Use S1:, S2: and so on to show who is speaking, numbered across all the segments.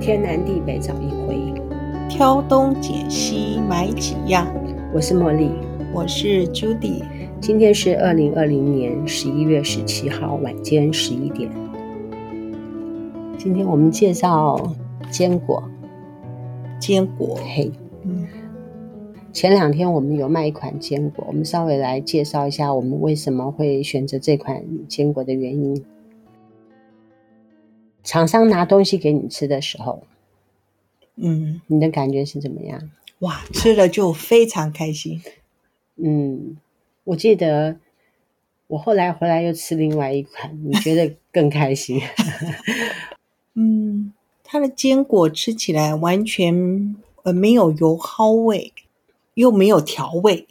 S1: 天南地北找一回。
S2: 挑东拣西买几样。
S1: 我是茉莉，
S2: 我是 Judy，
S1: 今天是二零二零年十一月十七号晚间十一点。今天我们介绍坚果，
S2: 坚果。
S1: 嘿，
S2: 嗯，
S1: 前两天我们有卖一款坚果，我们稍微来介绍一下我们为什么会选择这款坚果的原因。厂商拿东西给你吃的时候，
S2: 嗯，
S1: 你的感觉是怎么样？
S2: 哇，吃了就非常开心。
S1: 嗯，我记得我后来回来又吃另外一款，你觉得更开心？
S2: 嗯，它的坚果吃起来完全呃没有油蒿味，又没有调味，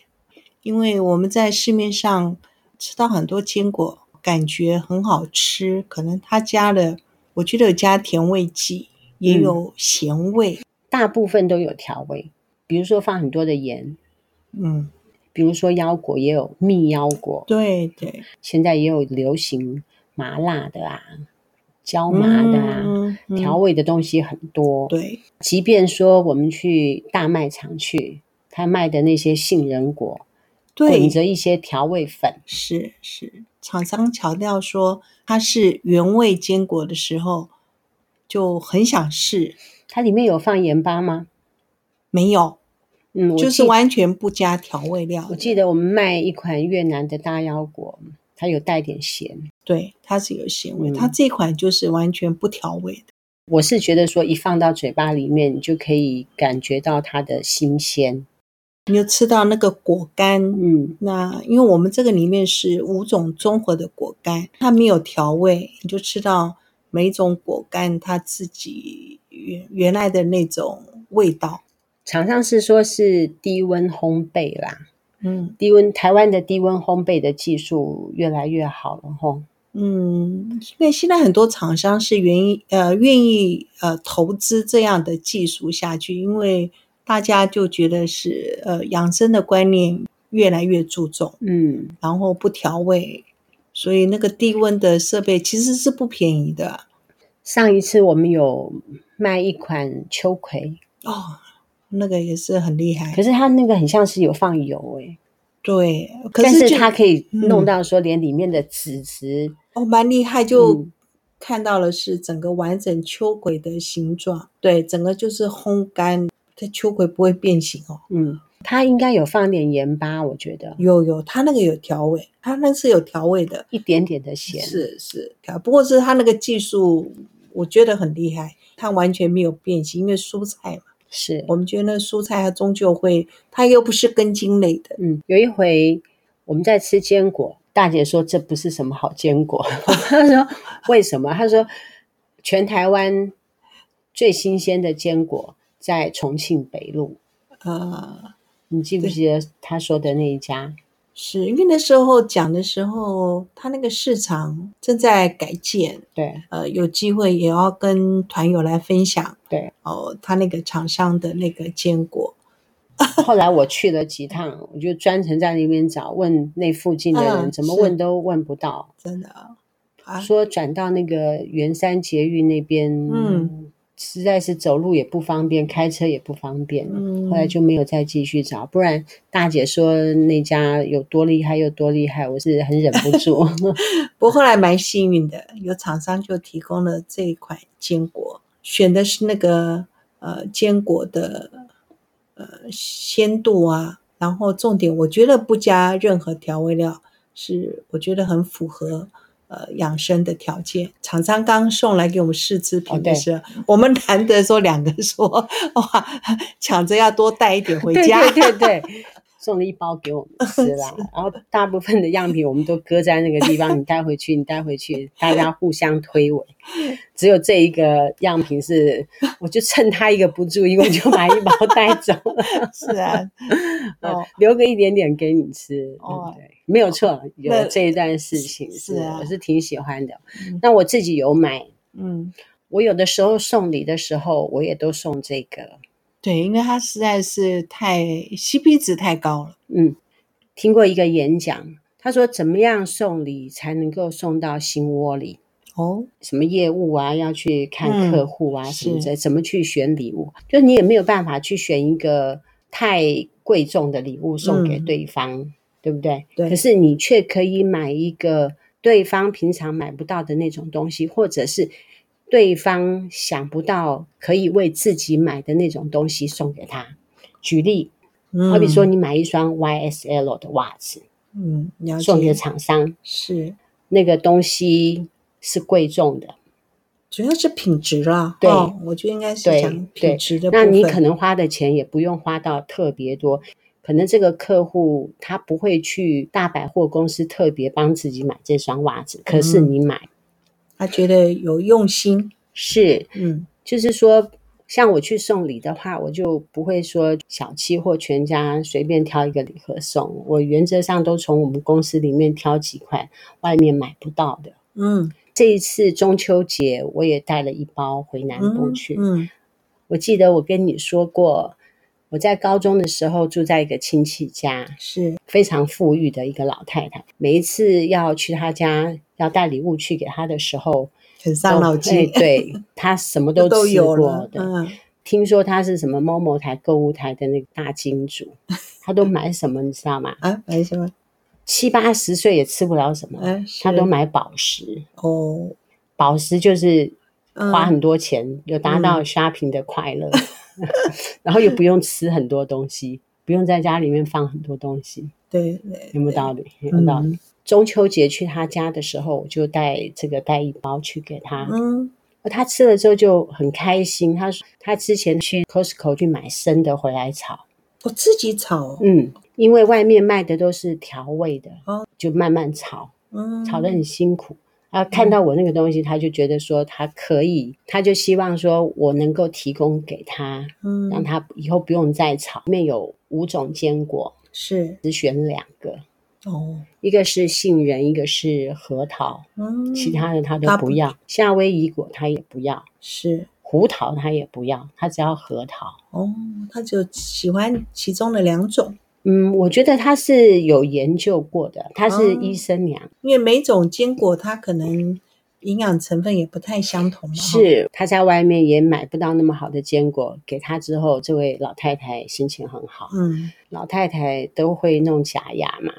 S2: 因为我们在市面上吃到很多坚果，感觉很好吃，可能它加了，我觉得有加甜味剂，也
S1: 嗯
S2: 有咸味。
S1: 大部分都有调味，比如说放很多的盐，
S2: 嗯，
S1: 比如说腰果也有蜜腰果，
S2: 对对，
S1: 现在也有流行麻辣的啊、椒麻的啊，
S2: 嗯嗯
S1: 调味的东西很多。
S2: 对，
S1: 即便说我们去大卖场去，他卖的那些杏仁果，
S2: 对
S1: 混着一些调味粉，
S2: 是是，厂商强调说它是原味坚果的时候，就很想试，
S1: 它里面有放盐巴吗？
S2: 没有，
S1: 嗯，我
S2: 就是
S1: 记
S2: 完全不加调味料
S1: 我
S2: 的。
S1: 记得我们卖一款越南的大腰果，它有带点咸。
S2: 对，它是有咸味，
S1: 嗯
S2: 它这款就是完全不调味的。
S1: 我是觉得说，一放到嘴巴里面，你就可以感觉到它的新鲜。
S2: 你就吃到那个果干，
S1: 嗯，
S2: 那因为我们这个里面是五种综合的果干，它没有调味，你就吃到每一种果干它自己原原来的那种味道。
S1: 厂商是说是低温烘焙啦，
S2: 嗯
S1: 低温台湾的低温烘焙的技术越来越好了吼。
S2: 嗯，因为现在很多厂商是愿意呃愿意呃投资这样的技术下去，因为大家就觉得是呃养生的观念越来越注重，
S1: 嗯，
S2: 然后不调味，所以那个低温的设备其实是不便宜的
S1: 上一次我们有卖一款秋葵，
S2: 哦，那个也是很厉害
S1: 可。是它那个很像是有放油诶、
S2: 对，可
S1: 但
S2: 是
S1: 是
S2: 就
S1: 它可以
S2: 嗯
S1: 弄到说连里面的籽质
S2: 哦蛮厉害，就
S1: 嗯
S2: 看到了是整个完整秋葵的形状，对，整个就是烘干，它秋葵不会变形哦。
S1: 嗯，它应该有放点盐巴，我觉得
S2: 有有，它那个有调味，它那是有调味的，
S1: 一点点的咸。
S2: 是是调。不过是它那个技术，我觉得很厉害，它完全没有变形，因为蔬菜嘛，
S1: 是
S2: 我们觉得那蔬菜它终究会，它又不是根茎类的，
S1: 嗯，有一回我们在吃坚果，大姐说这不是什么好坚果， 她说为什么？她说全台湾最新鲜的坚果在重庆北路，
S2: 呃，
S1: 你记不记得她说的那一家？
S2: 是因为那时候讲的时候，它那个市场正在改建，
S1: 对
S2: 呃，有机会也要跟团友来分享
S1: 对。
S2: 哦，它那个厂商的那个坚果，
S1: 后来我去了几趟，我就专程在那边找，问那附近的人，
S2: 嗯
S1: 怎么
S2: 是
S1: 问都问不到。
S2: 真的啊啊，
S1: 说转到那个圆山捷运那边，
S2: 嗯，
S1: 实在是走路也不方便，开车也不方便，
S2: 嗯
S1: 后来就没有再继续找。不然大姐说那家有多厉害有多厉害，我是很忍不 住。
S2: 不过后来蛮幸运的，有厂商就提供了这一款坚果，选的是那个呃坚果的呃鲜度啊，然后重点我觉得不加任何调味料，是我觉得很符合。呃，养生的条件，厂商刚送来给我们试吃
S1: 哦
S2: 品
S1: 对
S2: 的时候，我们难得说两个说，哇，抢着要多带一点回
S1: 对
S2: 家。
S1: 对对对。送了一包给我们吃 啦，然后大部分的样品我们都搁在那个地方，你带回去，你带回去，大家互相推诿。只有这一个样品是，我就趁他一个不注意，我就把一包带走了。
S2: 是 啊，
S1: 哦
S2: 哦，
S1: 留个一点点给你吃，哦
S2: 哦，
S1: 对，没有错，有
S2: 那
S1: 这一段事情是
S2: 是啊
S1: 我是挺喜欢的
S2: 嗯。
S1: 那我自己有买，
S2: 嗯，
S1: 我有的时候送礼的时候，我也都送这个。
S2: 对，因为它实在是太 CP 值太高了。
S1: 嗯，听过一个演讲，他说怎么样送礼才能够送到心窝里？
S2: 哦，
S1: 什么业务啊，要去看
S2: 嗯
S1: 客户啊，
S2: 是
S1: 什么这怎么去选礼物，就你也没有办法去选一个太贵重的礼物送给
S2: 嗯
S1: 对方，对不对？
S2: 对
S1: 可是你却可以买一个对方平常买不到的那种东西，或者是对方想不到可以为自己买的那种东西送给他。举例，
S2: 嗯，
S1: 好比说，你买一双 YSL 的袜子
S2: 嗯，了
S1: 送给
S2: 解，
S1: 厂商，
S2: 是，
S1: 那个东西是贵重的，
S2: 主要是品质啦，
S1: 对
S2: 哦我觉得应该是
S1: 对
S2: 讲
S1: 对
S2: 品质的部
S1: 那
S2: 分，
S1: 你可能花的钱也不用花到特别多，可能这个客户他不会去大百货公司特别帮自己买这双袜子，可是
S2: 嗯
S1: 你买、
S2: 他觉得有用心，
S1: 是，
S2: 嗯
S1: 就是说，像我去送礼的话，我就不会说小七或全家随便挑一个礼盒送，我原则上都从我们公司里面挑几款外面买不到的。
S2: 嗯，
S1: 这一次中秋节，我也带了一包回南部
S2: 嗯
S1: 去，
S2: 嗯
S1: 我记得我跟你说过，我在高中的时候住在一个亲戚家，
S2: 是，
S1: 非常富裕的一个老太太。每一次要去她家要带礼物去给她的时候，
S2: 很伤脑
S1: 哎
S2: 筋，
S1: 对她什么都
S2: 哦都
S1: 吃
S2: 有
S1: 过
S2: 了，
S1: 的。
S2: 嗯，
S1: 听说她是什么某某台购物台的那个大金 主，她都买什么你知道吗？
S2: 啊，买什么？
S1: 七八十岁也吃不了什么，
S2: 哎，
S1: 她
S2: 是
S1: 都买宝石。
S2: 哦，
S1: 宝石就是花
S2: 嗯
S1: 很多钱，有达到 shopping 的快乐， 然后又不用吃很多东西，不用在家里面放很多东西，
S2: 对对，
S1: 有没有道理？
S2: 嗯
S1: 有没有道理？中秋节去他家的时候，我就带这个带一包去给他，
S2: 嗯，
S1: 他吃了之后就很开心。他说他之前去 Costco 去买生的回来炒，
S2: 我自己炒哦，
S1: 嗯，因为外面卖的都是调味的，
S2: 哦
S1: 就慢慢炒。
S2: 嗯，
S1: 吵得很辛苦。啊，看到我那个东西，他就觉得说他可以，他就希望说我能够提供给他，
S2: 嗯，
S1: 让他以后不用再炒。里面有五种坚果，
S2: 是
S1: 只选两个，
S2: 哦，
S1: 一个是杏仁，一个是核桃，
S2: 嗯，
S1: 其他的他都
S2: 他
S1: 不
S2: 不
S1: 要。夏威夷果他也不要，
S2: 是
S1: 胡桃他也不要，他只要核桃。
S2: 哦，他就喜欢其中的两种，
S1: 嗯，我觉得他是有研究过的，他是
S2: 哦
S1: 医生娘，
S2: 因为每种坚果它可能营养成分也不太相同嘛，哈，
S1: 是他在外面也买不到那么好的坚果，给他之后，这位老太太心情很好。
S2: 嗯，
S1: 老太太都会弄假牙嘛，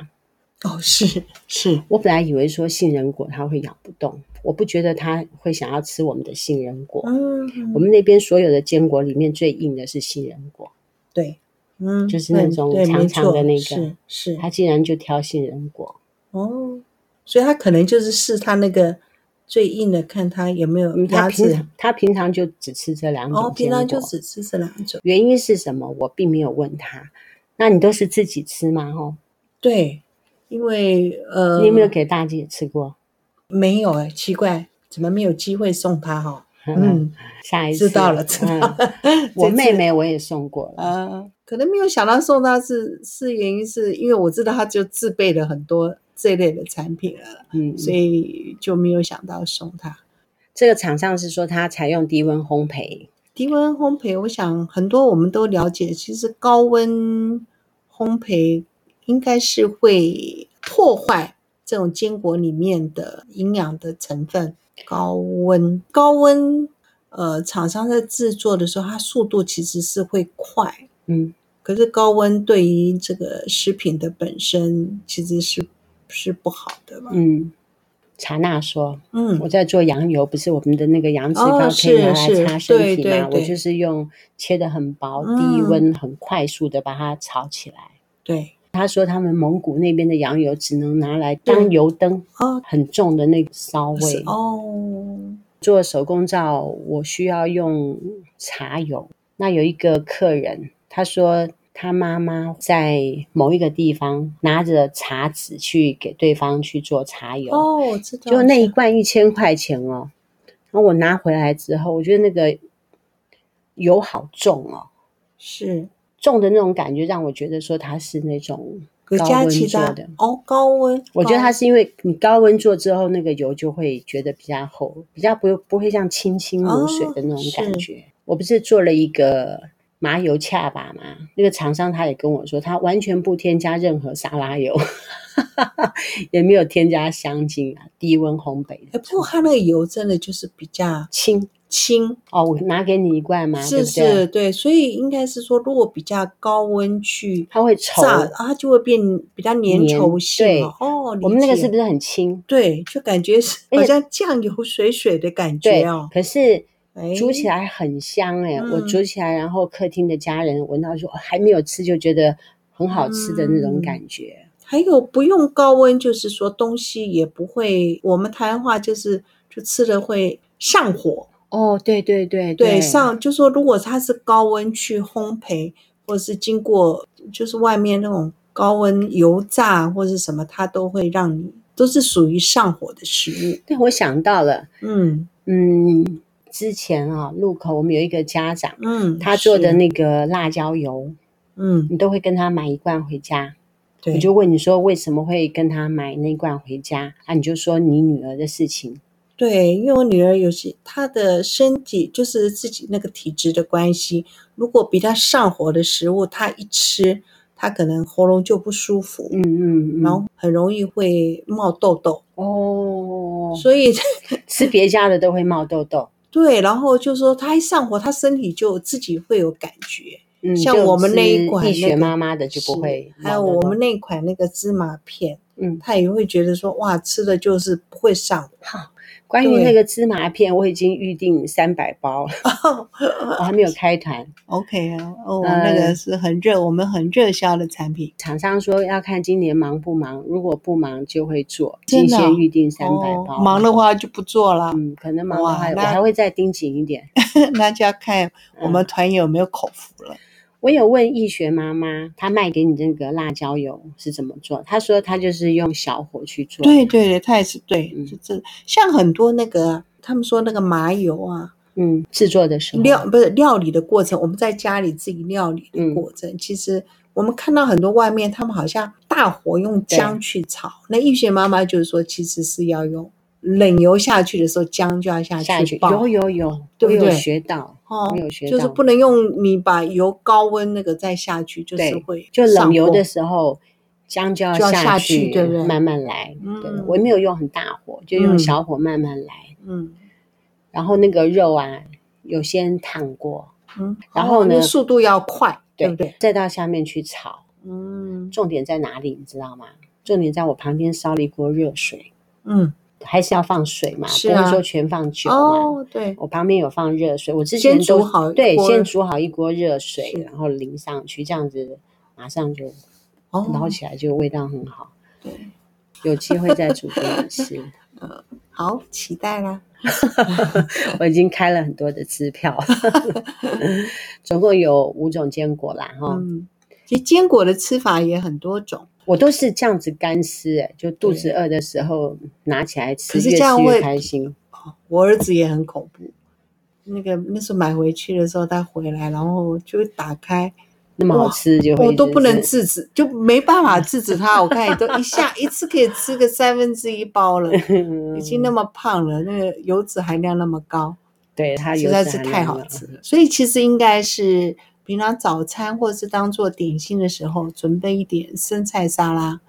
S2: 哦，是是，
S1: 我本来以为说杏仁果她会咬不动，我不觉得她会想要吃我们的杏仁果。
S2: 嗯，
S1: 我们那边所有的坚果里面最硬的是杏仁果，
S2: 对，嗯，
S1: 就是那
S2: 对
S1: 种
S2: 对
S1: 长
S2: 没
S1: 长的
S2: 错
S1: 那个
S2: 是是
S1: 她竟然就挑杏仁果，
S2: 哦，所以他可能就是试他那个最硬的，看他有没有
S1: 嗯，她
S2: 牙
S1: 平
S2: 齿
S1: 常，她平常就只吃这两
S2: 哦，
S1: 种坚
S2: 平
S1: 果，
S2: 常就只吃这两种，
S1: 原因是什么？我并没有问她。那你都是自己吃吗？吼，
S2: 对，因为呃，
S1: 你有没有给大姐吃过？
S2: 没有哎、奇怪，怎么没有机会送他哈、
S1: 嗯，
S2: 嗯，
S1: 下一次
S2: 知道了，知道 了。
S1: 嗯我
S2: 这次
S1: 妹妹我也送过了，
S2: 呃，可能没有想到送他是是原因是因为我知道他就自备了很多这类的产品了，
S1: 嗯，
S2: 所以就没有想到送他。
S1: 这个厂商是说它采用低温烘焙，
S2: 低温烘焙，我想很多我们都了解，其实高温烘焙应该是会破坏这种坚果里面的营养的成分。高温，高温，呃，厂商在制作的时候，它速度其实是会快，
S1: 嗯，
S2: 可是高温对于这个食品的本身其实是是不好的嘛。
S1: 嗯，查娜说
S2: 哦嗯
S1: 我在做羊油，不是我们的那个羊脂膏
S2: 哦
S1: 可以拿来
S2: 是是
S1: 擦身体
S2: 对对
S1: 吗？我
S2: 对
S1: 就是用切的很薄，
S2: 嗯
S1: 低温很快速的把它炒起来。
S2: 对，
S1: 他说他们蒙古那边的羊油只能拿来
S2: 对
S1: 当油灯，
S2: 哦，
S1: 很重的那个骚
S2: 是
S1: 味。
S2: 哦，
S1: 做手工皂，我需要用茶油。那有一个客人，他说他妈妈在某一个地方拿着茶籽去给对方去做茶油，
S2: 哦，我知道，
S1: 就那一
S2: 是
S1: 罐一千块钱哦。然后我拿回来之后，我觉得那个油好重哦，
S2: 是，
S1: 重的那种感觉让我觉得说它是那种
S2: 有
S1: 高
S2: 加
S1: 温
S2: 其
S1: 做
S2: 他
S1: 的。
S2: 哦，高温，
S1: 我觉得
S2: 高
S1: 它是因为你高温做之后，那个油就会觉得比较厚，比较不不会像清清如水的那种
S2: 哦
S1: 感觉。我不是做了一个麻油恰巴嘛，那个厂商他也跟我说，他完全不添加任何沙拉油， 也没有添加香精啊，低温烘焙
S2: 哎
S1: 的，
S2: 不过它那个油真的就是比较
S1: 轻
S2: 轻，
S1: 哦。我拿给你一罐嘛，对不
S2: 是
S1: 对？
S2: 是，对，所以应该是说，如果比较高温去
S1: 它会稠。
S2: 炸，它就会变比较粘
S1: 黏
S2: 稠性
S1: 对
S2: 哦。哦，
S1: 我们那个是不
S2: 是？
S1: 是很轻？
S2: 对，就感觉是
S1: 而
S2: 好
S1: 且
S2: 像酱油水水的感
S1: 对
S2: 觉哦，。
S1: 可是
S2: 哎
S1: 煮起来很香哎、我
S2: 嗯
S1: 煮起来，然后客厅的家人闻到说、哦还没有吃就觉得很好吃的那种
S2: 嗯
S1: 感觉。
S2: 还有不用高温，就是说东西也不会，我们台湾话就是就吃了会上火。
S1: 哦，对对对
S2: 对，上就说如果它是高温去烘焙，或是经过就是外面那种高温油炸或是什么，它都会让你都是属于上火的食物。
S1: 对，我想到了，
S2: 嗯
S1: 嗯，之前啊，路口我们有一个家长，
S2: 嗯，
S1: 他做的
S2: 是
S1: 那个辣椒油，
S2: 嗯，
S1: 你都会跟他买一罐回家。
S2: 对，
S1: 我就问你说为什么会跟他买那罐回家啊？你就说你女儿的事情。
S2: 对，因为我女儿有些她的身体就是自己那个体质的关系，如果比较上火的食物，她一吃，她可能喉咙就不舒服，
S1: 嗯嗯嗯，
S2: 然后很容易会冒痘痘，
S1: 哦，
S2: 所以
S1: 吃别家的都会冒痘痘。
S2: 对，然后就说她一上火，她身体就自己会有感觉，
S1: 嗯，
S2: 像
S1: 就
S2: 我们那一
S1: 吃
S2: 款
S1: 易
S2: 那
S1: 学
S2: 个
S1: 妈妈的就不
S2: 是
S1: 会
S2: 还有
S1: 冒痘
S2: 我
S1: 痘
S2: 们那款那个芝麻片，
S1: 嗯，
S2: 她也会觉得说哇，吃了就是不会上火，
S1: 关于
S2: 对
S1: 那个芝麻片，我已经预定三百包 了，我还没有开团。
S2: OK 啊，哦，
S1: 呃
S2: 那个是很热，我们很热销的产品。
S1: 厂商说要看今年忙不忙，如果不忙就会做，
S2: 真
S1: 今
S2: 的啊
S1: 先预定三百
S2: 哦
S1: 包。
S2: 忙的话就不做了，
S1: 嗯，可能忙的话，
S2: 哇
S1: 我
S2: 那
S1: 还会再盯紧一 点。
S2: 那就要看我
S1: 嗯
S2: 们团友有没有口福了。
S1: 我有问易学妈妈，她卖给你这个辣椒油是怎么做？她说她就是用小火去做。
S2: 对对对，他也是对，
S1: 嗯
S2: 就这像很多那个他们说那个麻油啊，
S1: 嗯，制作的时候
S2: 料不是料理的过程，我们在家里自己料理
S1: 嗯
S2: 的过程，其实我们看到很多外面他们好像大火用姜去炒，那玉雪妈妈就是说其实是要用冷油下去的时候，姜就要下
S1: 下去
S2: 爆
S1: 有有有，
S2: 对不
S1: 我有
S2: 对
S1: 学到，
S2: 哦
S1: 我。有学到，
S2: 就是不能用你把油高温那个再下去，就是
S1: 对
S2: 会，
S1: 就
S2: 上
S1: 冷油
S2: 火
S1: 的时候，姜就要
S2: 就要下
S1: 去，
S2: 去对不对
S1: 慢慢来。对
S2: 嗯
S1: 我没有用很大火，就用
S2: 嗯
S1: 小火慢慢来。
S2: 嗯
S1: 然后那个肉啊，有先烫过，
S2: 嗯，
S1: 然后呢
S2: 那速度要快，对不对？
S1: 再到下面去炒。
S2: 嗯
S1: 重点在哪里，你知道吗？重点在我旁边烧了一锅热水，
S2: 嗯，
S1: 还是要放水嘛，
S2: 是
S1: 不
S2: 啊
S1: 会说全放酒嘛。
S2: 哦，对，
S1: 我旁边有放热水，我之前都
S2: 先煮好一锅
S1: 对，先煮好一锅热水
S2: 是，
S1: 然后淋上去，这样子马上就
S2: 哦，
S1: 捞起来，就味道很好。
S2: 对，
S1: 有机会再煮给你吃。
S2: 好，期待啦。
S1: 我已经开了很多的支 票，总共有五种坚果啦哈、
S2: 嗯，其实坚果的吃法也很多种，
S1: 我都是这样子干吃、欸，就肚子饿的时候拿起来吃，
S2: 可是
S1: 越
S2: 这样
S1: 吃越
S2: 会
S1: 开心。
S2: 哦我儿子也很恐怖。那个那时候买回去的时候，他回来，然后就打开，
S1: 那么好吃就会
S2: 我都
S1: 一直
S2: 不能
S1: 吃，
S2: 制止，就没办法制止他。我 看也都一下一次可以吃个三分之一包
S1: 嗯
S2: 了，已经那么胖了，那个油脂含量那么高。
S1: 对它
S2: 实
S1: 油
S2: 在
S1: 脂
S2: 是
S1: 含
S2: 太
S1: 量
S2: 好
S1: 了
S2: 吃了。所以其实应该是平常早餐或是当做点心的时候，准备一点生菜沙拉，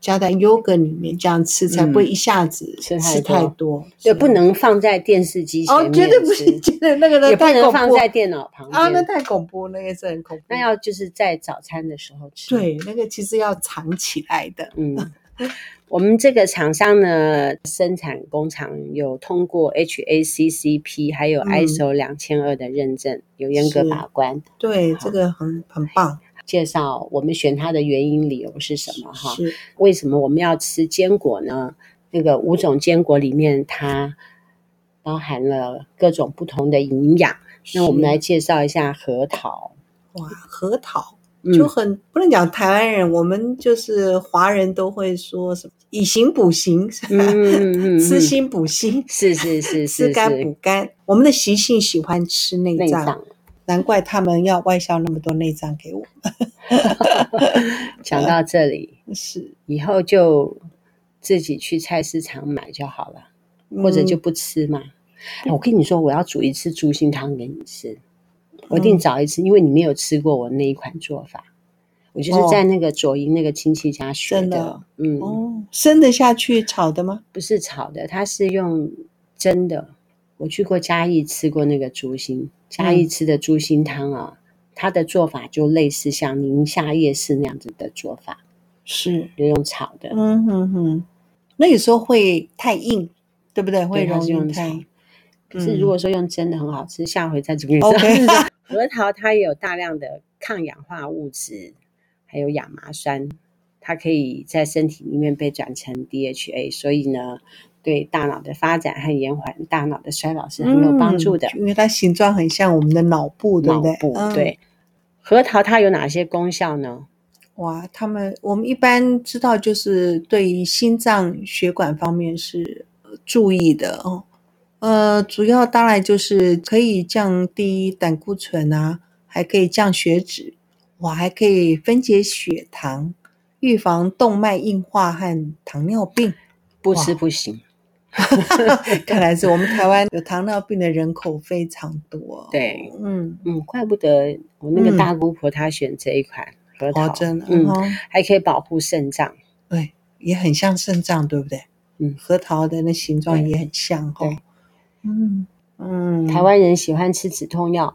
S2: 加在 yogurt 里面，这样吃才不会一下子
S1: 嗯吃太
S2: 吃太
S1: 多
S2: 多。
S1: 对，
S2: 是
S1: 不能放在电视机前
S2: 哦，
S1: 面
S2: 绝对不是
S1: 吃，
S2: 绝对那个
S1: 也
S2: 人
S1: 不
S2: 太
S1: 能
S2: 恐
S1: 放
S2: 怖
S1: 在电脑旁
S2: 啊，那
S1: 边。
S2: 太恐怖，那个是很恐怖。
S1: 那要就是在早餐的时候吃。，
S2: 对那个其实要藏起来的。
S1: 嗯， 我们这个厂商呢，生产工厂有通过 HACCP 还有
S2: 嗯
S1: ISO 两千二的认证，有严格
S2: 是
S1: 把关。
S2: 对，这个很很棒。
S1: 介绍我们选它的原因理由是什么哈？
S2: 是，
S1: 为什么我们要吃坚果呢？那个五种坚果里面，它包含了各种不同的营养。那我们
S2: 是
S1: 来介绍一下核桃，
S2: 哇，核桃。
S1: 嗯
S2: 就很不能讲台湾人，我们就是华人都会说什么以形补形，
S1: 嗯嗯嗯嗯
S2: 吃心补心，
S1: 是是是
S2: 吃
S1: 是
S2: 肝补
S1: 是
S2: 肝。我们的习性喜欢吃内
S1: 内
S2: 脏，
S1: 脏。
S2: 难怪他们要外销那么多内脏给我
S1: 讲
S2: 呃
S1: 到这里，
S2: 们。是，
S1: 以后就自己去菜市场买就好了，或者就
S2: 嗯
S1: 不吃嘛。哎我跟你说，我要煮一次猪心汤给你吃，我一定
S2: 嗯
S1: 找一次，因为你没有吃过我那一款做法。我就是在那个左营那个亲戚家学
S2: 哦真
S1: 的，
S2: 的
S1: 嗯，
S2: 哦，生得下去炒的吗？
S1: 不是炒的，它是用蒸的。我去过嘉义吃过那个猪心，嘉
S2: 嗯
S1: 义吃的猪心汤啊，它的做法就类似像宁夏夜市那样子的做法，
S2: 是，
S1: 就用炒的，
S2: 嗯哼哼，那有时候会太硬，对不对？会
S1: 对，它
S2: 容
S1: 是用
S2: 易
S1: 炒
S2: 太。
S1: 可是如果说用蒸的很好吃，下回再煮给你吃。
S2: OK
S1: 核桃它也有大量的抗氧化物质，还有亚麻酸，它可以在身体里面被转成 DHA，所以呢，对大脑的发展和延缓大脑的衰老是很有帮助的。
S2: 嗯因为它形状很像我们的脑部，对
S1: 脑
S2: 不对？
S1: 部
S2: 嗯、
S1: 对，核桃它有哪些功效呢？
S2: 哇，他们我们一般知道就是对于心脏血管方面是呃注意的哦。呃，主要当然就是可以降低胆固醇啊，还可以降血脂，哇，还可以分解血糖，预防动脉硬化和糖尿病。
S1: 不吃不行。
S2: 看来是我们台湾有糖尿病的人口非常多。
S1: 对，
S2: 嗯，
S1: 嗯，怪不得我那
S2: 嗯
S1: 个大姑婆她选这一款核桃，
S2: 哦，真的，
S1: 嗯，
S2: 哦
S1: 还可以保护肾脏。
S2: 对，也很像肾脏，对不对？
S1: 嗯
S2: 核桃的那形状
S1: 对
S2: 也很像哦
S1: 对。
S2: 嗯嗯，
S1: 台湾人喜欢吃止痛药，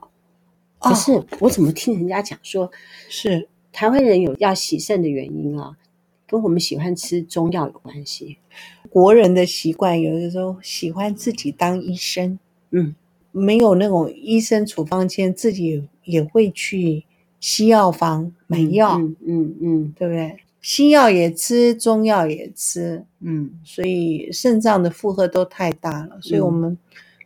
S2: 哦
S1: 可是我怎么听人家讲说
S2: 是
S1: 台湾人有要洗肾的原因啊，跟我们喜欢吃中药有关系。
S2: 国人的习惯，有的时候喜欢自己当医生，
S1: 嗯，
S2: 没有那种医生处方签，自己也会去西药房买药，
S1: 嗯嗯嗯
S2: 对不对？西药也吃，中药也吃，
S1: 嗯，
S2: 所以肾脏的负荷都太大了，所以我
S1: 嗯
S2: 们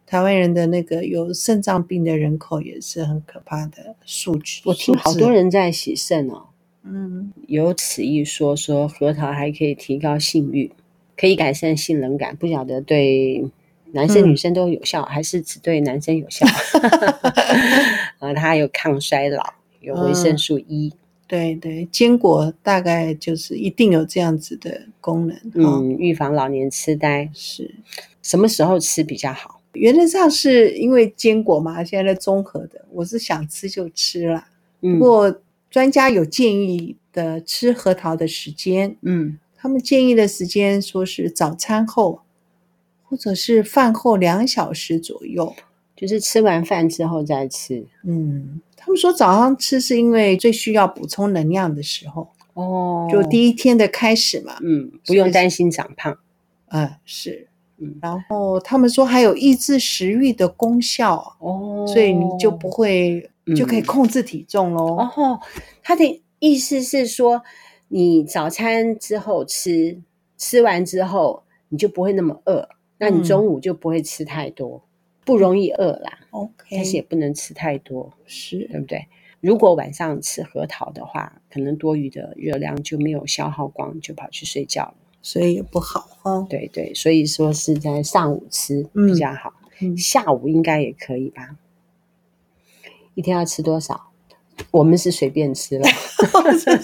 S2: 台湾人的那个有肾脏病的人口也是很可怕的数据。
S1: 我听
S2: 数
S1: 好
S2: 字
S1: 多，人在洗肾哦，
S2: 嗯，
S1: 有此一说，说核桃还可以提高性欲，可以改善性冷感，不晓得对男生
S2: 嗯
S1: 女生都有效，还是只对男生有 效？ 啊，它还有抗衰老，有维
S2: 嗯
S1: 生素 E，
S2: 对对，坚果大概就是一定有这样子的功能哈、
S1: 嗯，预防老年痴呆。
S2: 是，
S1: 什么时候吃比较好？
S2: 原则上是因为坚果嘛，现在在综合的，我是想吃就吃啦。不
S1: 嗯
S2: 过专家有建议的吃核桃的时间，
S1: 嗯
S2: 他们建议的时间说是早餐后，或者是饭后两小时左右。
S1: 就是吃完饭之后再吃。
S2: 嗯，他们说早上吃是因为最需要补充能量的时候，
S1: 哦
S2: 就
S1: 一，
S2: 第一天的开始嘛。
S1: 嗯，不
S2: 是
S1: 用担心长胖。
S2: 嗯，是。
S1: 嗯
S2: 然后他们说还有抑制食欲的功效，
S1: 哦
S2: 所以你就不会、就可以
S1: 嗯
S2: 控制体重喽。
S1: 哦。他的意思是说，你早餐之后吃，吃完之后你就不会那么饿，那你中午就不会吃太多，不容易饿啦。但是也
S2: OK，
S1: 不能吃太多，对
S2: 是
S1: 不对？如果晚上吃核桃的话，可能多余的热量就没有消耗光，就跑去睡觉了。
S2: 所以也不好 哦。
S1: 对对，所以说是在上午吃比较好，
S2: 嗯
S1: 下午应该也可以吧？一天要吃多少？我们是随便吃了，
S2: 是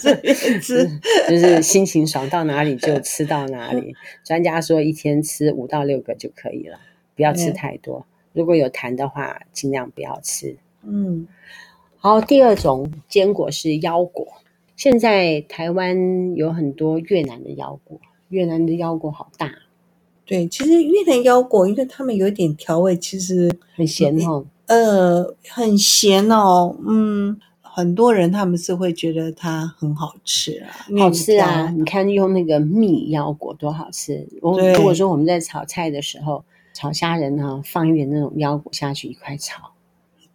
S2: 是
S1: 就是心情爽到哪里就吃到哪 里。专家说一天吃五到六个就可以了，不要吃
S2: 嗯
S1: 太多。如果有痰的话，尽量不要吃。
S2: 嗯
S1: 然后第二种坚果是腰果，现在台湾有很多越南的腰果，越南的腰果好大，
S2: 对，其实越南腰果，因为他们有一点调味，其实
S1: 很咸
S2: 嗯
S1: 哦。
S2: 呃很咸哦，嗯。很多人他们是会觉得它很好吃啊，因为
S1: 好
S2: 你
S1: 吃啊！
S2: 调
S1: 你看用那个蜜腰果多好吃。我
S2: 对
S1: 如果说我们在炒菜的时候，炒虾仁哈、放一点那种腰果下去一块炒，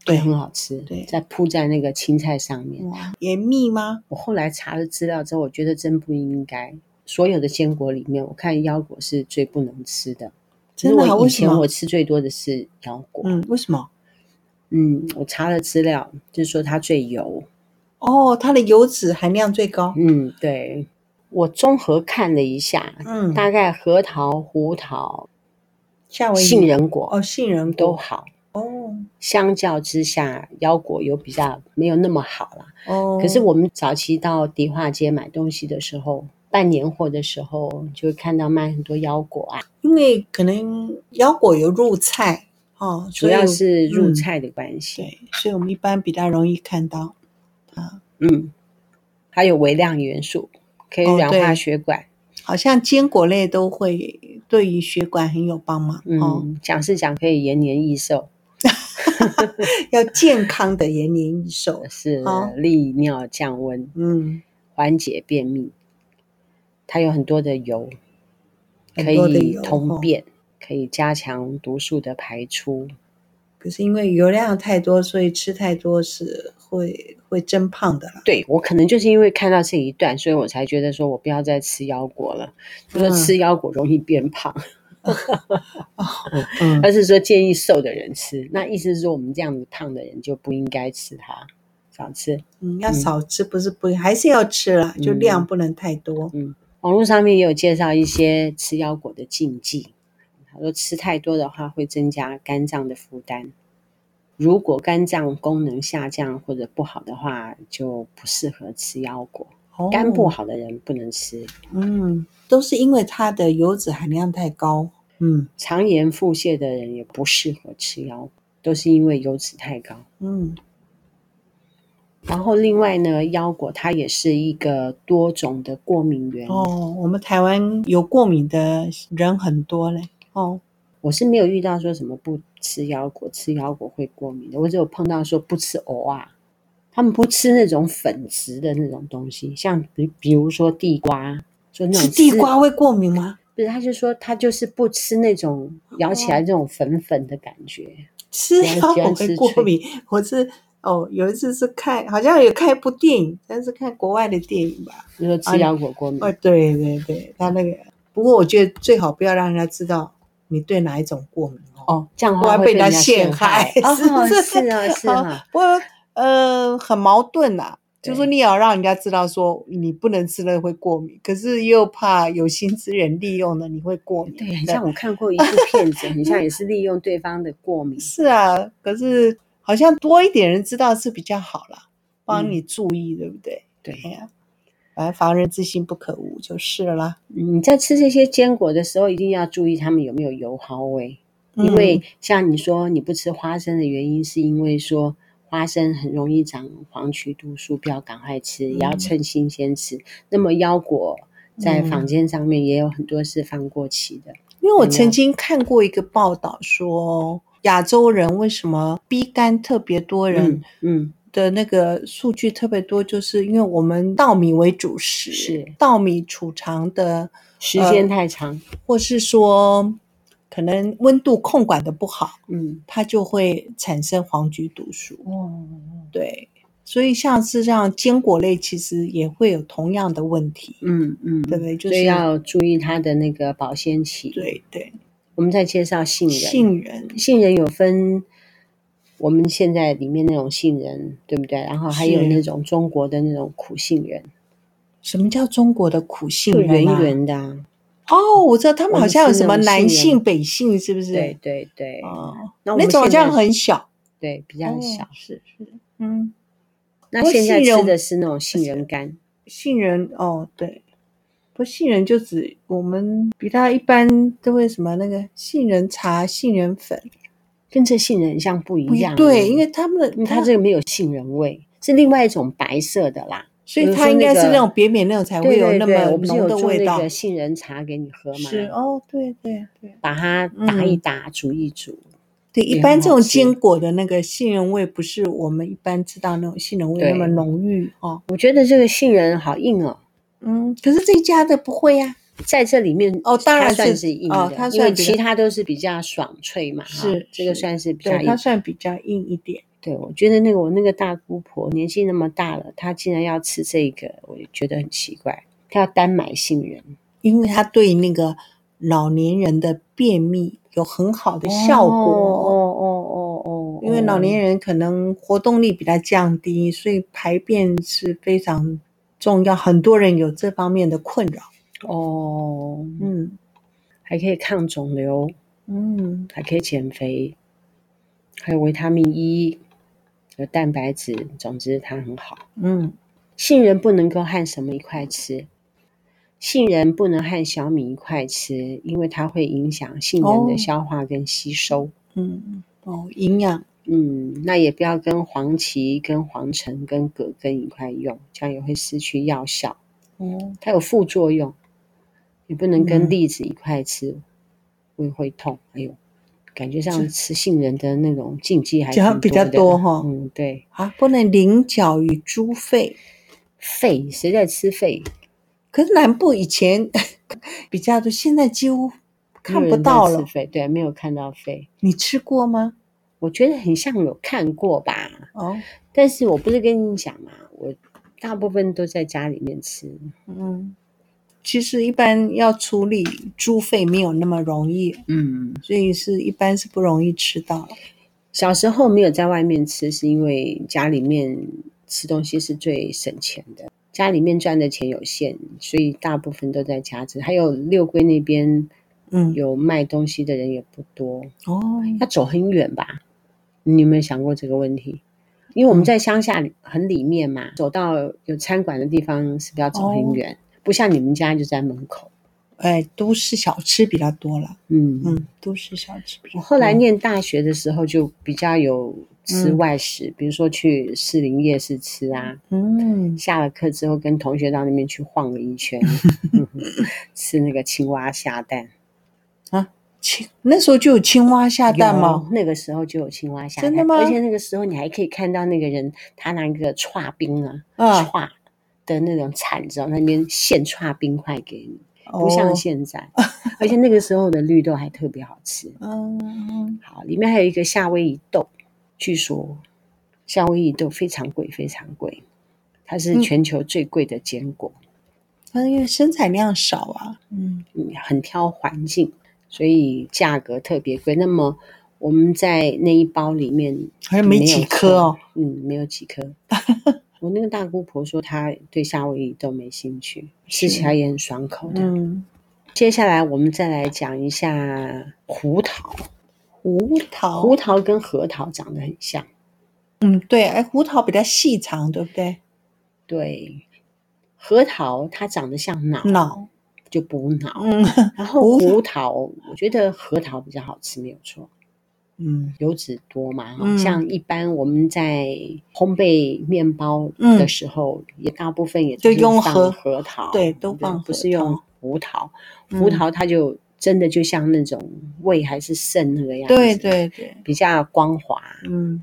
S2: 对
S1: 很好吃。
S2: 对
S1: 再铺在那个青菜上面。
S2: 盐蜜吗？
S1: 我后来查了资料之后，我觉得真不应该。所有的坚果里面，我看腰果是最不能吃的。其实
S2: 真的啊
S1: 我
S2: 为
S1: 以
S2: 什
S1: 前
S2: 么
S1: 我吃最多的是腰果。
S2: 嗯，为什么？
S1: 嗯，我查了资料，就是说它最油。
S2: 哦，它的油脂含量最高。
S1: 嗯，对。我综合看了一下，
S2: 嗯，
S1: 大概核桃、胡桃、
S2: 夏威夷
S1: 杏仁果
S2: 哦，杏仁
S1: 都
S2: 果
S1: 好，
S2: 哦
S1: 相较之下，腰果有比较没有那么好啦。
S2: 哦。
S1: 可是我们早期到迪化街买东西的时候，办年货的时候，就会看到卖很多腰果啊，
S2: 因为可能腰果有入菜哦，
S1: 主
S2: 所以
S1: 要是入
S2: 嗯
S1: 菜的关系。
S2: 对，所以我们一般比较容易看到。
S1: 嗯，还有微量元素，可以
S2: 哦
S1: 软化
S2: 对
S1: 血管。
S2: 好像坚果类都会对于血管很有帮忙、哦，
S1: 嗯，讲是讲可以延年益寿，
S2: 要健康的延年益寿。
S1: 是
S2: 好
S1: 利尿降温，
S2: 嗯，
S1: 缓解便秘。它有很多的油，
S2: 很
S1: 可
S2: 多的
S1: 以
S2: 油
S1: 通
S2: 哦
S1: 便，可以加强毒素的排出。
S2: 可是因为油量太多，所以吃太多是会会增胖的啦。
S1: 对我可能就是因为看到这一段，所以我才觉得说我不要再吃腰果了。就说
S2: 嗯
S1: 吃腰果容易变胖，
S2: 嗯
S1: 而是说建议瘦的人吃。那意思是说我们这样子胖的人就不应该吃它，少吃。
S2: 嗯，要少吃不是不，还是要吃
S1: 嗯
S2: 啦，就量不能太多。
S1: 网络上面也有介绍一些吃腰果的禁忌，他说吃太多的话会增加肝脏的负担，如果肝脏功能下降或者不好的话，就不适合吃腰果。
S2: 哦
S1: 肝不，好的人不能吃，
S2: 嗯，都是因为它的油脂含量太高。嗯
S1: 肠炎腹泻的人也不适合吃腰果，都是因为油脂太高。
S2: 嗯
S1: 然后另外呢，腰果它也是一个多种的过敏源。
S2: 哦，我们台湾有过敏的人很多嘞。哦，
S1: 我是没有遇到说什么不吃腰果，吃腰果会过敏的。我只有碰到说不吃藕啊，他们不吃那种粉质的那种东西，像比比如说地瓜，就那种
S2: 吃地
S1: 吃
S2: 瓜会过敏吗？
S1: 不是，他就说他就是不吃那种咬起来
S2: 哦
S1: 这种粉粉的感觉。
S2: 吃
S1: 喜
S2: 药
S1: 欢
S2: 我
S1: 吃
S2: 会过
S1: 脆
S2: 敏。我是哦，有一次是看，好像有看一部电影，但是看国外的电影吧。
S1: 就说吃腰果过敏，
S2: 哦，对对对，他那个，不过我觉得最好不要让人家知道你对哪一种过敏哦。
S1: 哦，这样的
S2: 不
S1: 话
S2: 然
S1: 会
S2: 被
S1: 被
S2: 人
S1: 人
S2: 家
S1: 家
S2: 陷
S1: 陷
S2: 害 是不
S1: 哦，
S2: 是
S1: 是啊，是啊，
S2: 不过呃，很矛盾呐、就说
S1: 对
S2: 你也要让人家知道说你不能吃了会过敏，可是又怕有心之人利用了你会过敏。
S1: 对，很像我看过一部片子，很像也是利用对方的过敏。
S2: 是啊，可是好像多一点人知道是比较好啦，帮
S1: 嗯
S2: 你注意，对不对？
S1: 对，
S2: 哎呀，反正防人之心不可无就是了啦。
S1: 你在吃这些坚果的时候，一定要注意它们有没有油耗味，因
S2: 嗯
S1: 为像你说你不吃花生的原因，是因为说花生很容易长黄曲毒素，不要赶快吃，也要
S2: 嗯
S1: 趁新鲜吃。那么腰果在坊
S2: 嗯
S1: 间上面也有很多是放过期的，
S2: 因为我
S1: 怎么
S2: 曾
S1: 样
S2: 经看过一个报道说，亚洲人为什么 B 肝特别多人
S1: 嗯嗯，
S2: 的那个数据特别多，就是因为我们稻米为主食，
S1: 是
S2: 稻米储藏的，
S1: 时间太长，
S2: 或是说可能温度控管的不好，
S1: 嗯，
S2: 它就会产生黄菊毒素。
S1: 哦，
S2: 对，所以像是让坚果类其实也会有同样的问题，
S1: 嗯嗯，
S2: 对不对？就
S1: 所
S2: 是
S1: 以要注意它的那个保鲜期。
S2: 对对，
S1: 我们再介绍杏仁，
S2: 杏仁
S1: 杏仁有分我们现在里面那种杏仁，对不对？然后还有
S2: 是
S1: 那种中国的那种苦杏仁，
S2: 什么叫中国的苦杏
S1: 就
S2: 仁、啊？
S1: 圆圆的、啊。
S2: 哦，我知道他们
S1: 我
S2: 好
S1: 们
S2: 像有
S1: 吃
S2: 什
S1: 那
S2: 么
S1: 种
S2: 南
S1: 杏仁
S2: 杏、北杏，是不是？
S1: 对对对，
S2: 哦，
S1: 那我
S2: 那
S1: 们
S2: 种好
S1: 现在
S2: 像很小，
S1: 对比
S2: 比
S1: 较小。
S2: 是是，嗯，
S1: 那
S2: 不过
S1: 现在
S2: 杏仁
S1: 吃的是那种杏仁干，
S2: 杏仁哦，对，不过杏仁就只我们比它一般都会什么那个杏仁茶、杏仁粉
S1: 跟这杏仁像不一
S2: 不一
S1: 样。啊
S2: 对，因为他们
S1: 因为它这个没有杏仁味，是另外一种白色的啦。
S2: 所以
S1: 比如
S2: 它
S1: 说
S2: 应
S1: 那
S2: 该是
S1: 个
S2: 那种扁扁那种才会
S1: 对
S2: 有
S1: 对
S2: 那
S1: 对
S2: 么
S1: 我不是
S2: 浓
S1: 有
S2: 的
S1: 做
S2: 味
S1: 那
S2: 道
S1: 个，杏仁茶给你喝嘛？
S2: 是哦，嗯对对对
S1: 把它打一打，煮一煮。
S2: 对，一
S1: 也
S2: 般
S1: 很
S2: 这
S1: 好
S2: 种
S1: 吃
S2: 坚果的那个杏仁味不是我们一般知道那种杏仁味那
S1: 对
S2: 么浓郁哦，
S1: 我觉得这个杏仁好硬哦，
S2: 嗯，可是这一家的不会呀、
S1: 在这里面
S2: 哦当然
S1: 它
S2: 是
S1: 算是硬的，
S2: 哦它
S1: 因
S2: 算
S1: 为
S2: 比较
S1: 其他都是比较爽脆嘛，哈
S2: 是
S1: 这个
S2: 是
S1: 算是比较
S2: 对，
S1: 硬
S2: 它。算比较硬一点。
S1: 对，我觉得那个我那个大姑婆年纪那么大了，她竟然要吃这个，我也觉得很奇怪。她要单买杏仁
S2: 因为它对那个老年人的便秘有很好的效果。
S1: 哦哦哦哦，
S2: 因为老年
S1: 人
S2: 人可能活动力比较降低，所以排便是非常重要。很多人有这方面的困扰。
S1: 哦，
S2: 嗯
S1: 还可以抗肿瘤，
S2: 嗯，
S1: 还可以减肥，还有维他命 E，有蛋白质，总之它很好。
S2: 嗯，
S1: 杏仁不能够和什么一块吃？杏仁不能和小米一块吃，因为它会影响杏仁
S2: 哦
S1: 的消化跟吸收。
S2: 嗯，哦，营养
S1: 嗯，那也不要跟黄芪、跟黄芩、跟葛根一块用，这样也会失去药效。
S2: 哦，
S1: 它有副作用，你不能
S2: 嗯
S1: 跟栗子一块吃，胃会痛。哎呦，感觉
S2: 是
S1: 像吃杏仁的那种禁忌还
S2: 就要
S1: 挺
S2: 比较
S1: 的
S2: 多哈
S1: 嗯，对，
S2: 啊，不能菱角与猪肺。
S1: 肺谁在吃肺？
S2: 可是南部以前 比较多，现在几乎看
S1: 没有
S2: 不
S1: 人在
S2: 到
S1: 吃
S2: 了。
S1: 肺，对，没有看到肺。
S2: 你吃过吗？
S1: 我觉得很像有看过吧，
S2: 哦，
S1: 但是我不是跟你讲嘛，我大部分都在家里面吃。
S2: 嗯，其实一般要处理猪肺没有那么容易，
S1: 嗯，
S2: 所以是一般是不容易吃到。
S1: 小时候没有在外面吃，是因为家里面吃东西是最省钱的，家里面赚的钱有限，所以大部分都在家吃。还有六龟那边
S2: 嗯，
S1: 有卖东西的人也不多，
S2: 哦，
S1: 要走很远吧？你有没有想过这个问题？因为我们
S2: 嗯
S1: 在乡下里很里面嘛，走到有餐馆的地方是不是要走很
S2: 哦
S1: 远？不像你们家就在门口。
S2: 哎，都市小吃比较多了。
S1: 嗯
S2: 嗯，都市小吃比较
S1: 我
S2: 多。
S1: 后来念大学的时候就比较有吃
S2: 嗯
S1: 外食，比如说去士林夜市吃啊，
S2: 嗯，
S1: 下了课之后跟同学到那边去晃了一 圈， 吃那个青蛙下蛋。
S2: 青那时候就有青蛙下蛋吗？
S1: 有？那个时候就有青蛙下蛋，
S2: 真的吗
S1: 而且那个时候你还可以看到那个人他拿一个串冰啊，
S2: 啊，
S1: 串、的那种铲子，哦那边现串冰块给你，不像
S2: 哦
S1: 现在。而且那个时候的绿豆还特别好吃。
S2: 嗯，
S1: 好，里面还有一个夏威夷豆，据说夏威夷豆非常贵，非常贵，它是
S2: 嗯
S1: 全球最贵的坚果，
S2: 它啊因为生产量少啊。嗯
S1: 嗯，很挑环境，所以价格特别贵。那么我们在那一包里面
S2: 好像没
S1: 有
S2: 几颗哦
S1: 错，嗯，没有几颗。我那个大姑婆说她对夏威夷豆没兴趣，吃起
S2: 是
S1: 来也很爽口的。
S2: 嗯，
S1: 接下来我们再来讲一下胡桃，
S2: 胡桃，
S1: 胡桃跟核桃长得很像。
S2: 嗯对，哎，胡桃比较细长，对不对？
S1: 对，核桃它长得像脑，
S2: 脑，
S1: 就补脑。
S2: 嗯
S1: 然后胡桃，我觉得核桃比较好吃，没有错，
S2: 嗯
S1: 油脂多嘛。
S2: 嗯
S1: 像一般我们在烘焙面包的时候，也大部分也
S2: 嗯就
S1: 就是
S2: 用
S1: 放
S2: 核
S1: 核桃，
S2: 对都放
S1: 不是
S2: 核
S1: 用
S2: 桃
S1: 胡桃。
S2: 嗯
S1: 胡桃它就真的就像那种胃还是肾那个样子，
S2: 对，对对，
S1: 比较光滑。
S2: 嗯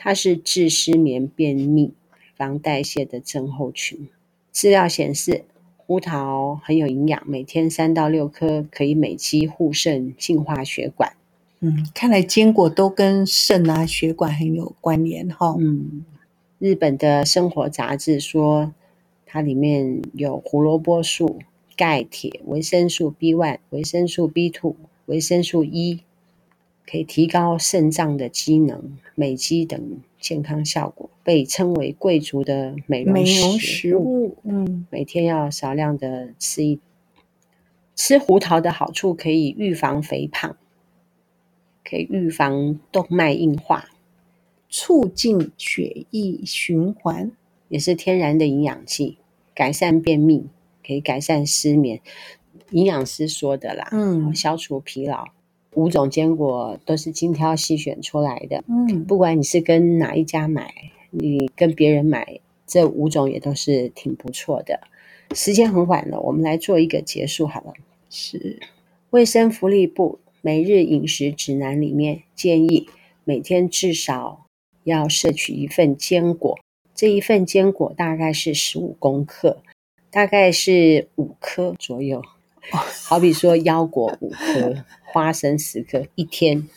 S1: 它是治失眠、便秘、防代谢的症候群。资料显示，胡桃很有营养，每天三到六颗可以美肌护肾、净化血管。
S2: 嗯，看来坚果都跟肾啊、血管很有关联哈。
S1: 嗯，日本的生活杂志说，它里面有胡萝卜素、钙、铁、维生素 B one、维生素 B two、维生素 E，可以提高肾脏的机能、美肌等健康效果，被称为贵族的美容
S2: 美容
S1: 食
S2: 食
S1: 物。
S2: 物，嗯
S1: 每天要少量的吃一吃胡桃的好处，可以预防肥胖，可以预防动脉硬化，
S2: 促进血液循环。
S1: 也是天然的营养剂，改善便秘，可以改善失眠。营养师说的啦，
S2: 嗯
S1: 消除疲劳。五种坚果都是精挑细选出来的，
S2: 嗯，
S1: 不管你是跟哪一家买，你跟别人买，这五种也都是挺不错的。时间很晚了，我们来做一个结束好了。
S2: 是
S1: 卫生福利部每日饮食指南里面建议，每天至少要摄取一份坚果，这一份坚果大概是十五公克，大概是五颗左右。好比说腰果五颗，花生十颗，一天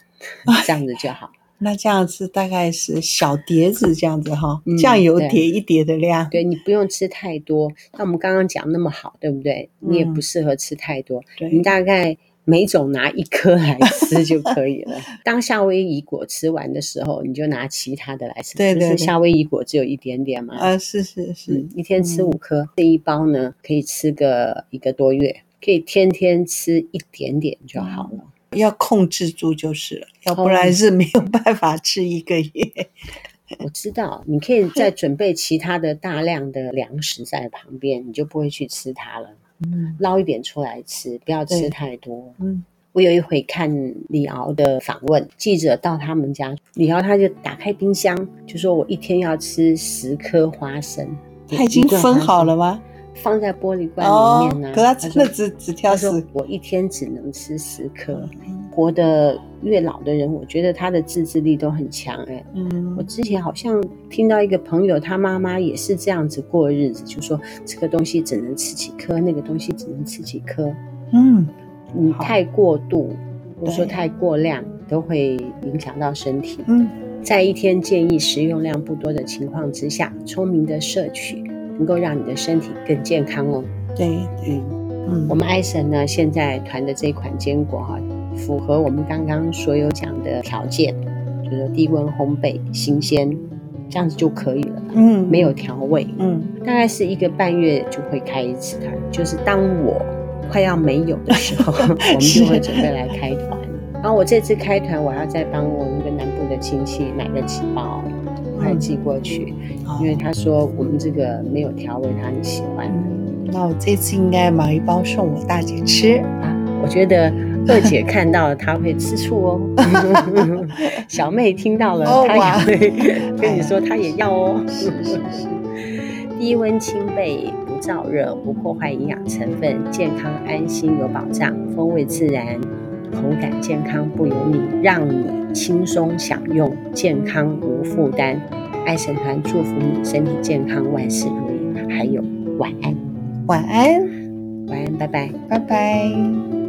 S1: 这样子就好。
S2: 那这样子大概是小碟子这样子哈，
S1: 嗯
S2: 酱油
S1: 对
S2: 碟一碟的量。
S1: 对你不用吃太多，像我们刚刚讲那么好，对不对？你也
S2: 嗯
S1: 不适合吃太多，
S2: 对
S1: 你大概每种拿一颗来吃就可以 了。当夏威夷果吃完的时候，你就拿其他的来吃。
S2: 对对
S1: 不
S2: 对
S1: 是夏威夷果只有一点点嘛？
S2: 啊，是是是
S1: 嗯，，一天吃五颗，这一包呢可以吃个一个多月，可以天天吃一点点就好了。
S2: 要控制住就是了，要不
S1: 哦
S2: 然是没有办法吃一个月。嗯
S1: 我知道，你 可以再准备其他的大量的粮食在旁边，你就不会去吃它了。
S2: 嗯
S1: 捞一点出来吃，不要
S2: 对
S1: 吃太多。
S2: 嗯，
S1: 我有一回看李敖的访问，记者到他们家，李敖他就打开冰箱，就说我一天要吃十颗花生，
S2: 他已经分好了吗？哦
S1: 放在玻璃罐里面呢、啊
S2: 可他
S1: 说
S2: 真的只只挑
S1: 他
S2: 食
S1: 说，我一天只能吃十颗。
S2: 嗯
S1: 活得越老的人，我觉得他的自制力都很强哎、我
S2: 嗯，
S1: 之前好像听到一个朋友，他妈妈也是这样子过日子，就说这个东西只能吃几颗，那个东西只能吃几颗。
S2: 嗯，
S1: 你
S2: 好
S1: 太过度，或者说
S2: 对
S1: 太过量，都会影响到身体。
S2: 嗯，
S1: 在一天建议食用量不多的情况之下，聪明的摄取能够让你的身体更健康哦。
S2: 对，
S1: 嗯。
S2: 嗯，
S1: 我们爱神呢，现在团的这一款坚果哈、符合我们刚刚所有讲的条件，就是低温烘焙、新鲜，这样子就可以了，
S2: 嗯
S1: 没有，调味。
S2: 嗯
S1: 大概是一个半月就会开一次团，就是当我快要没有的时候，我们就会准备来开团。然后我这次开团，我还要再帮我那个南部的亲戚买个几包，来寄过去，因为他说我们这个没有调味，他很喜欢。
S2: 嗯，那我这次应该买一包送我大姐吃，
S1: 我觉得二姐看到了，她会吃醋哦。 小妹听到了，
S2: 哦哇 哎
S1: 她也会跟你说，她也要哦。
S2: 是是是，
S1: 低温清焙，不燥热，不破坏营养成分，健康安心有保障，风味自然，口感健康不油腻，让你轻松享用，健康无负担。爱神团祝福你身体健康，万事如意，还有晚安，
S2: 晚安，
S1: 晚安，拜拜。
S2: 拜拜。